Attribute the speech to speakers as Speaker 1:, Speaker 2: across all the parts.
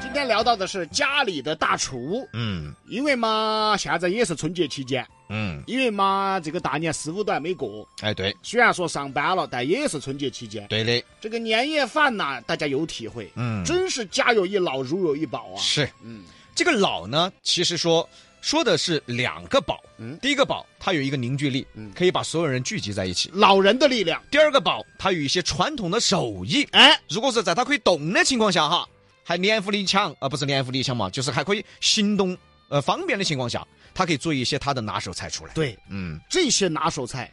Speaker 1: 今天聊到的是家里的大厨，
Speaker 2: 嗯
Speaker 1: 因为嘛，现在也是春节期间，
Speaker 2: 嗯，
Speaker 1: 因为嘛，这个大年十五都还没过，
Speaker 2: 哎，对
Speaker 1: 虽然说上班了，但也是春节期间。
Speaker 2: 对的，
Speaker 1: 这个年夜饭呐、大家有体会，
Speaker 2: 嗯
Speaker 1: 真是家有一老，如有一宝啊。
Speaker 2: 是
Speaker 1: 嗯
Speaker 2: 这个老呢，其实说说的是两个宝，
Speaker 1: 嗯
Speaker 2: 第一个宝它有一个凝聚力，
Speaker 1: 嗯
Speaker 2: 可以把所有人聚集在一起；
Speaker 1: 老人的力量，
Speaker 2: 第二个宝它有一些传统的手艺，
Speaker 1: 哎，
Speaker 2: 如果是在它可以动的情况下哈，还年富力强，呃，不是年富力强嘛，就是还可以行动呃方便的情况下，它可以做一些它的拿手菜出来。
Speaker 1: 对，
Speaker 2: 嗯，
Speaker 1: 这些拿手菜，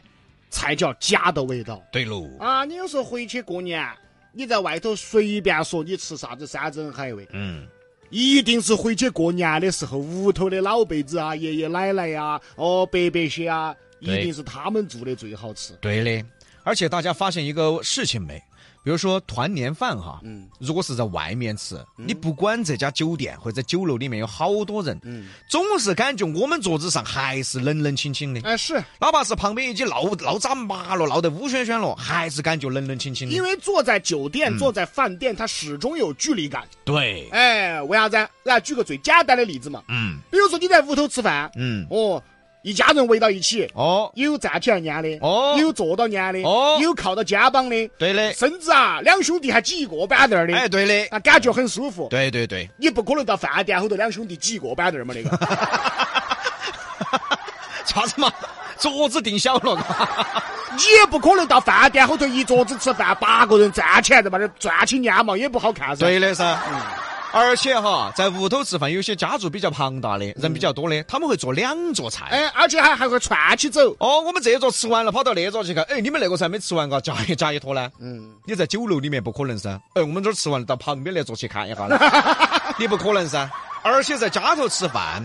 Speaker 1: 才叫家的味道
Speaker 2: 对喽，
Speaker 1: 啊！你有时候回去过年，你在外头随便说你吃啥子山珍海味，
Speaker 2: 嗯，
Speaker 1: 一定是回去过年的时候，屋头的老辈子啊、爷爷奶奶呀、哦伯伯些啊，一
Speaker 2: 对嗯
Speaker 1: 定是他们做的最好吃。
Speaker 2: 对的。而且大家发现一个事情没？比如说团年饭哈，
Speaker 1: 嗯
Speaker 2: 如果是在外面吃，你不管这家酒店或者酒楼里面有好多人，
Speaker 1: 嗯，
Speaker 2: 总是感觉我们桌子上还是冷冷清清的，
Speaker 1: 哎是。
Speaker 2: 哪怕是旁边已经闹闹炸麻了，闹得乌喧喧了，还是感觉冷冷清清的。
Speaker 1: 因为坐在酒店、
Speaker 2: 嗯
Speaker 1: 坐在饭店，它始终有距离感。
Speaker 2: 对，
Speaker 1: 哎，为啥子？来举个最简单的例子嘛，
Speaker 2: 嗯
Speaker 1: 比如说你在屋头吃饭，
Speaker 2: 嗯，
Speaker 1: 哦，一家人围到一起，
Speaker 2: 哦，
Speaker 1: 有站起来撵的，
Speaker 2: 哦
Speaker 1: 有坐到撵的，
Speaker 2: 哦
Speaker 1: 有靠到肩膀的，
Speaker 2: 对的，
Speaker 1: 甚至啊，两兄弟还挤一个板凳儿的，
Speaker 2: 哎，对的，
Speaker 1: 那感觉很舒服。
Speaker 2: 对对对，
Speaker 1: 你不可能到饭店后头两兄弟挤一个板凳儿嘛，那个
Speaker 2: 啥子嘛，桌子定小了，
Speaker 1: 你也不可能到饭店后头一桌子吃饭，八个人站起来在那儿转起撵嘛，也不好看噻。
Speaker 2: 对的噻。嗯而且哈，在屋头吃饭，有些家族比较庞大的，人比较多的，他们会做两桌菜。
Speaker 1: 嗯哎，而且还还会串起走。
Speaker 2: 哦，我们这桌吃完了，跑到那桌去看，哎，你们那个菜没吃完嘎，夹一夹一坨呢？
Speaker 1: 嗯，
Speaker 2: 你在酒楼里面不可能噻，哎，我们这儿吃完了，到旁边那桌去看一下了， 你不可能噻。而且在家头吃饭，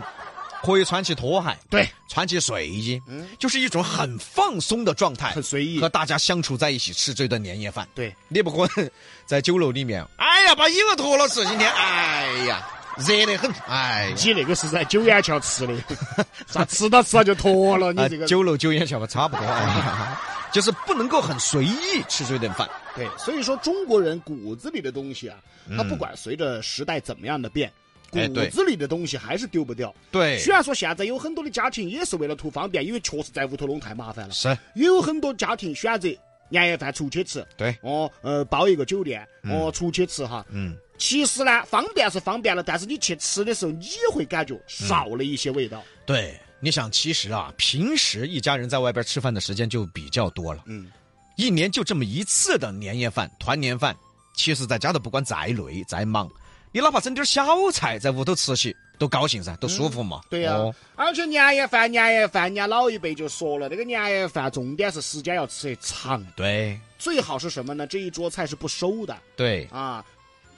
Speaker 2: 可以穿起拖鞋，
Speaker 1: 对，
Speaker 2: 穿起睡衣，就是一种很放松的状态，
Speaker 1: 嗯很随意
Speaker 2: 和大家相处在一起吃这顿年夜饭。
Speaker 1: 对，
Speaker 2: 你不可能在酒楼里面，哎呀，把衣服脱了吃，今天，哎呀，热得很，哎呀。
Speaker 1: 你那个是在九眼桥吃的， 啥吃到吃到就脱了，你
Speaker 2: 啊
Speaker 1: 这，个。
Speaker 2: 酒楼酒宴下吧，差不多，哎、就是不能够很随意吃这顿饭。
Speaker 1: 对，所以说中国人骨子里的东西啊，他不管随着时代怎么样的变，
Speaker 2: 嗯哎
Speaker 1: 骨
Speaker 2: 对
Speaker 1: 子里的东西还是丢不掉。
Speaker 2: 对
Speaker 1: 虽然说现在有很多的家庭也是为了图方便，因为确实在屋头弄太麻烦了，
Speaker 2: 是，
Speaker 1: 有很多家庭选择年夜饭出去吃。
Speaker 2: 对，
Speaker 1: 哦，呃，包一个酒店，哦，出去吃哈。
Speaker 2: 嗯，
Speaker 1: 其实呢，方便是方便了，但是你去吃的时候，你会感
Speaker 2: 嗯
Speaker 1: 觉少了一些味
Speaker 2: 哦
Speaker 1: 道。
Speaker 2: 对。你想，其实啊，平时一家人在外边吃饭的时间就比较多了，
Speaker 1: 嗯，
Speaker 2: 一年就这么一次的年夜饭、团年饭。其实在家头不管再累再忙，你哪怕整点小菜在屋头吃起，都高兴噻，都舒服嘛。
Speaker 1: 嗯对呀、
Speaker 2: 哦
Speaker 1: 而且年夜饭，年夜饭，人家老一辈就说了，这个年夜饭重点是时间要吃得长，
Speaker 2: 对
Speaker 1: 最好是什么呢？这一桌菜是不收的
Speaker 2: 对，
Speaker 1: 啊，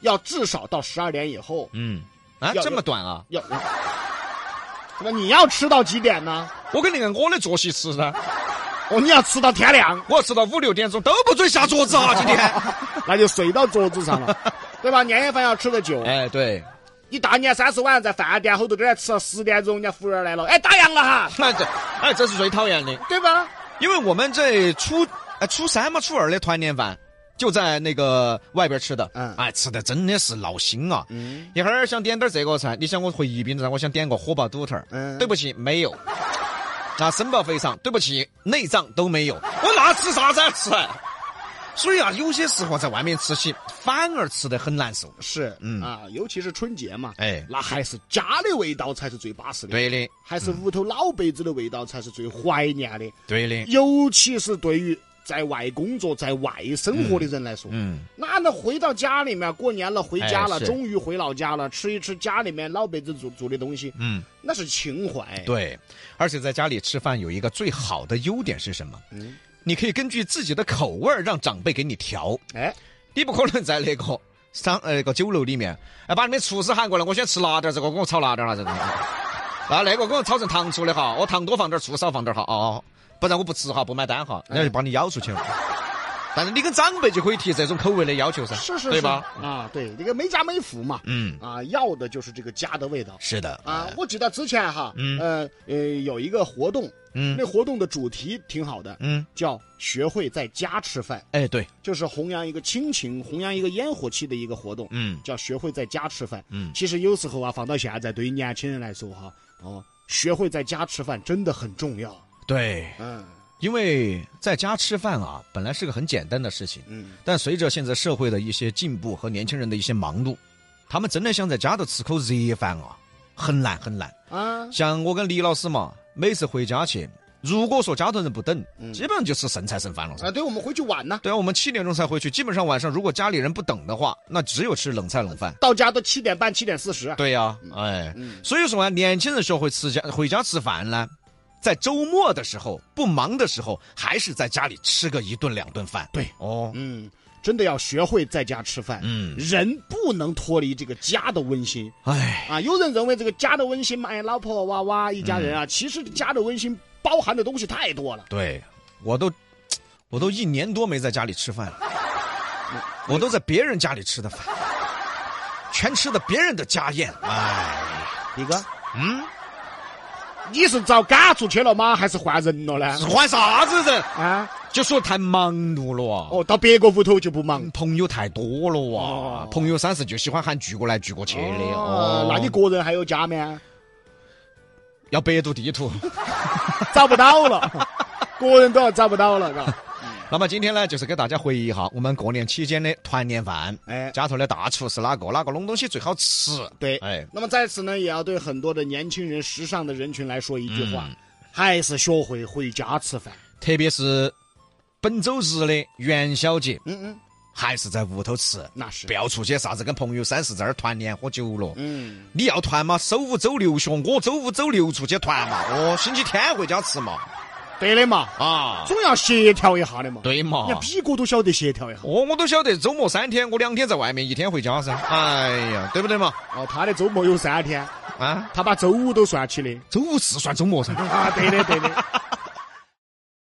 Speaker 1: 要至少到十二点以后。
Speaker 2: 嗯，啊，
Speaker 1: 要
Speaker 2: 这么短啊？
Speaker 1: 要，那你要吃到几点呢？
Speaker 2: 我肯定按我的作息吃噻，
Speaker 1: 哦，你要吃到天亮，
Speaker 2: 我要吃到五六点钟都不准下桌子啊！今 天，
Speaker 1: 那就睡到桌子上了， 对吧？年夜饭要吃得久，
Speaker 2: 哎，对，
Speaker 1: 你大年三十晚上在饭店后头在那吃到十点钟，人家服务员来了，哎，打烊了哈，
Speaker 2: 那这，哎，这是最讨厌的。
Speaker 1: 对吧？
Speaker 2: 因为我们这初呃初三嘛，初二的团年饭就在那个外边吃的，
Speaker 1: 嗯
Speaker 2: 哎，吃的真的是闹心啊！
Speaker 1: 嗯
Speaker 2: 一会儿想点点这个菜，你想我回宜宾站，我想点个火爆肚头儿，
Speaker 1: 嗯
Speaker 2: 对不起，没有。 啊，申报肥肠，对不起，内脏都没有，我那吃啥子啊吃？所以啊，有些时候在外面吃起，反而吃得很难受。
Speaker 1: 是，
Speaker 2: 嗯
Speaker 1: 啊，尤其是春节嘛，
Speaker 2: 哎
Speaker 1: 那还是家的味道才是最巴适的，，
Speaker 2: 对的，
Speaker 1: 还是屋头老辈子的味道才是最怀念的，
Speaker 2: 对的，
Speaker 1: 尤其是对于在外工作、在外生活的人来说，
Speaker 2: 嗯，
Speaker 1: 那那回到家里面，过年了，回家了，
Speaker 2: 哎是
Speaker 1: 终于回老家了，吃一吃家里面老辈子煮煮的东西，
Speaker 2: 嗯，
Speaker 1: 那是情怀，，
Speaker 2: 对。而且在家里吃饭有一个最好的优点是什么？
Speaker 1: 嗯，
Speaker 2: 你可以根据自己的口味儿让长辈给你调。
Speaker 1: 哎，
Speaker 2: 你不可能在那个 商呃那个酒楼里面，哎，把你们厨师喊过来，我先吃辣点儿这个，给我炒辣点儿了这个。啊，那个给我炒成糖醋的哈，哦
Speaker 1: 哎
Speaker 2: 我糖多放点儿，醋少放点儿哈，哦，不然我不吃哈，不买单哈，那就把你咬出去了。但是你跟长辈就可以提这种口味的要求噻，
Speaker 1: 是是是，
Speaker 2: 对吧？
Speaker 1: 啊，对，这个没家没福嘛，
Speaker 2: 嗯，
Speaker 1: 啊，要的就是这个家的味道。
Speaker 2: 是的，
Speaker 1: 啊，我记得之前哈，
Speaker 2: 哎嗯
Speaker 1: 呃呃，有一个活动，
Speaker 2: 嗯
Speaker 1: 那活动的主题挺好的，
Speaker 2: 嗯，
Speaker 1: 叫“学会在家吃饭
Speaker 2: 哎，对，”，
Speaker 1: 就是弘扬一个亲情、弘扬一个烟火气的一个活动，
Speaker 2: 嗯
Speaker 1: 叫“学会在家吃饭”。
Speaker 2: 嗯，
Speaker 1: 其实有时候啊，放到现在，对于年轻人来说哈，哦，学会在家吃饭真的很重要。
Speaker 2: 对，
Speaker 1: 嗯
Speaker 2: 因为在家吃饭啊，本来是个很简单的事情，
Speaker 1: 嗯，
Speaker 2: 但随着现在社会的一些进步和年轻人的一些忙碌，他们真的想在家头吃口热饭啊，很难很难。
Speaker 1: 啊，
Speaker 2: 像我跟李老师嘛，每次回家去，如果说家头人不等，
Speaker 1: 嗯
Speaker 2: 基本上就吃剩菜剩饭了噻。
Speaker 1: 啊，对我们回去晚呢，
Speaker 2: 对啊，我们七点钟才回去，基本上晚上如果家里人不等的话，那只有吃冷菜冷饭。
Speaker 1: 到家都七点半、七点四十。
Speaker 2: 对呀、哎，
Speaker 1: 嗯
Speaker 2: 所以说啊，年轻人学会吃家回家吃饭呢，在周末的时候不忙的时候，还是在家里吃个一顿两顿饭。
Speaker 1: 对，
Speaker 2: 哦，
Speaker 1: 嗯，真的要学会在家吃饭。
Speaker 2: 嗯，
Speaker 1: 人不能脱离这个家的温馨
Speaker 2: 哎，
Speaker 1: 啊！有人认为这个家的温馨嘛，哎，老婆娃娃一家
Speaker 2: 嗯
Speaker 1: 人啊，其实家的温馨包含的东西太多了。
Speaker 2: 对我都我都一年多没在家里吃 饭了，我都在别人家里吃的饭，全吃的别人的家宴。哎，
Speaker 1: 李哥，
Speaker 2: 嗯，
Speaker 1: 你是遭赶出去了吗？还是换人了呢？
Speaker 2: 换啥子人？
Speaker 1: 啊，
Speaker 2: 就说太忙碌了啊。
Speaker 1: 哦，到别个屋头就不忙。
Speaker 2: 朋友太多了啊，
Speaker 1: 哦
Speaker 2: 朋友三四就喜欢喊聚过来聚过去的
Speaker 1: 哦
Speaker 2: 哦。
Speaker 1: 那你个人还有家吗？
Speaker 2: 要百度地图。
Speaker 1: 找不到了，个人都要找不到了，嘎。
Speaker 2: 那么今天呢，就是给大家回忆一下我们过年期间的团年饭，
Speaker 1: 哎
Speaker 2: 家头的大厨是哪个，哪个弄东西最好吃？
Speaker 1: 对，
Speaker 2: 哎，
Speaker 1: 那么在此呢，也要对很多的年轻人、时尚的人群来说一句话，
Speaker 2: 嗯
Speaker 1: 还是学会回家吃饭。
Speaker 2: 特别是本周日的元宵节，
Speaker 1: 嗯嗯，
Speaker 2: 还是在屋头吃，
Speaker 1: 那是
Speaker 2: 不。要出去啥子跟朋友三四在那儿团年喝酒了。
Speaker 1: 嗯，
Speaker 2: 你要团嘛，周五、周六学，我周五、周六出去团嘛，哦，星期天回家吃嘛，
Speaker 1: 对的嘛，
Speaker 2: 啊，
Speaker 1: 总要协调一下的嘛。，
Speaker 2: 对嘛，
Speaker 1: 人家比哥都晓得协调一下。
Speaker 2: 哦，我都晓得，周末三天，我两天在外面，一天回家噻。哎呀，对不对嘛？
Speaker 1: 哦，他的周末有三天，
Speaker 2: 啊，
Speaker 1: 他把周五都算起的。
Speaker 2: 周五是算周末噻。
Speaker 1: 啊，对的对的。